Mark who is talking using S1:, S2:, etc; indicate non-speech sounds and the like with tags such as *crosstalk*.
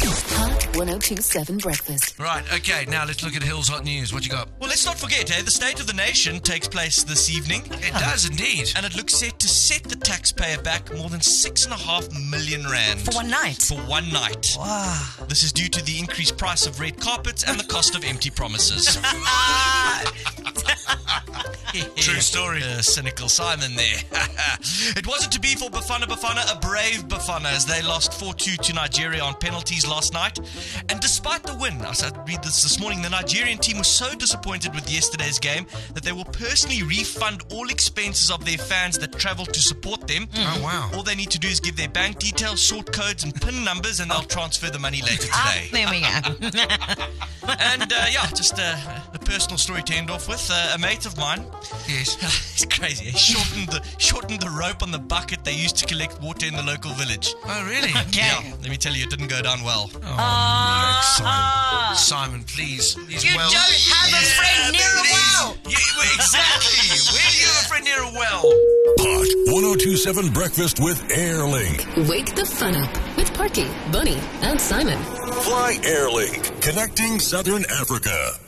S1: 1027 Breakfast.
S2: Right, okay, now let's look at Hills Hot News. What you got?
S3: Well, let's not forget, eh? The State of the Nation takes place this evening.
S2: It does indeed.
S3: And it looks set to set the taxpayer back more than six and a half million rand
S4: For one night.
S3: for one night.
S4: Wow.
S3: This is due to the increased price of red carpets and the cost of empty promises. True story. Uh, cynical Simon there. *laughs* it wasn't to be for Bafana Bafana, a brave Bafana, as they lost 4 2 to Nigeria on penalties last night. And despite the win, as I read this this morning, the Nigerian team was so disappointed with yesterday's game that they will personally refund all expenses of their fans that travel to support them.
S2: Oh, wow.
S3: All they need to do is give their bank details, sort codes, and PIN numbers, and they'll transfer the money later
S4: Ah,
S3: today.
S4: there we go.
S3: *laughs* and uh, yeah, just uh, a personal story to end off with. Uh, a mate of mine,
S2: Yes.
S3: it's crazy. He shortened the shortened the rope on the bucket they used to collect water in the local village.
S2: Oh,
S4: *laughs*
S2: really?
S3: Yeah, let me tell you, it didn't go down well.
S2: Oh, no, Simon. Simon, please. He's
S4: You
S2: well.
S4: don't have a friend near a well.
S2: Yeah, well, exactly. Where do you have a friend near a well?
S5: Hot 1027 Breakfast with Airlink.
S1: Wake the fun up with Parky, Bunny, and Simon.
S5: Fly Airlink, connecting Southern Africa.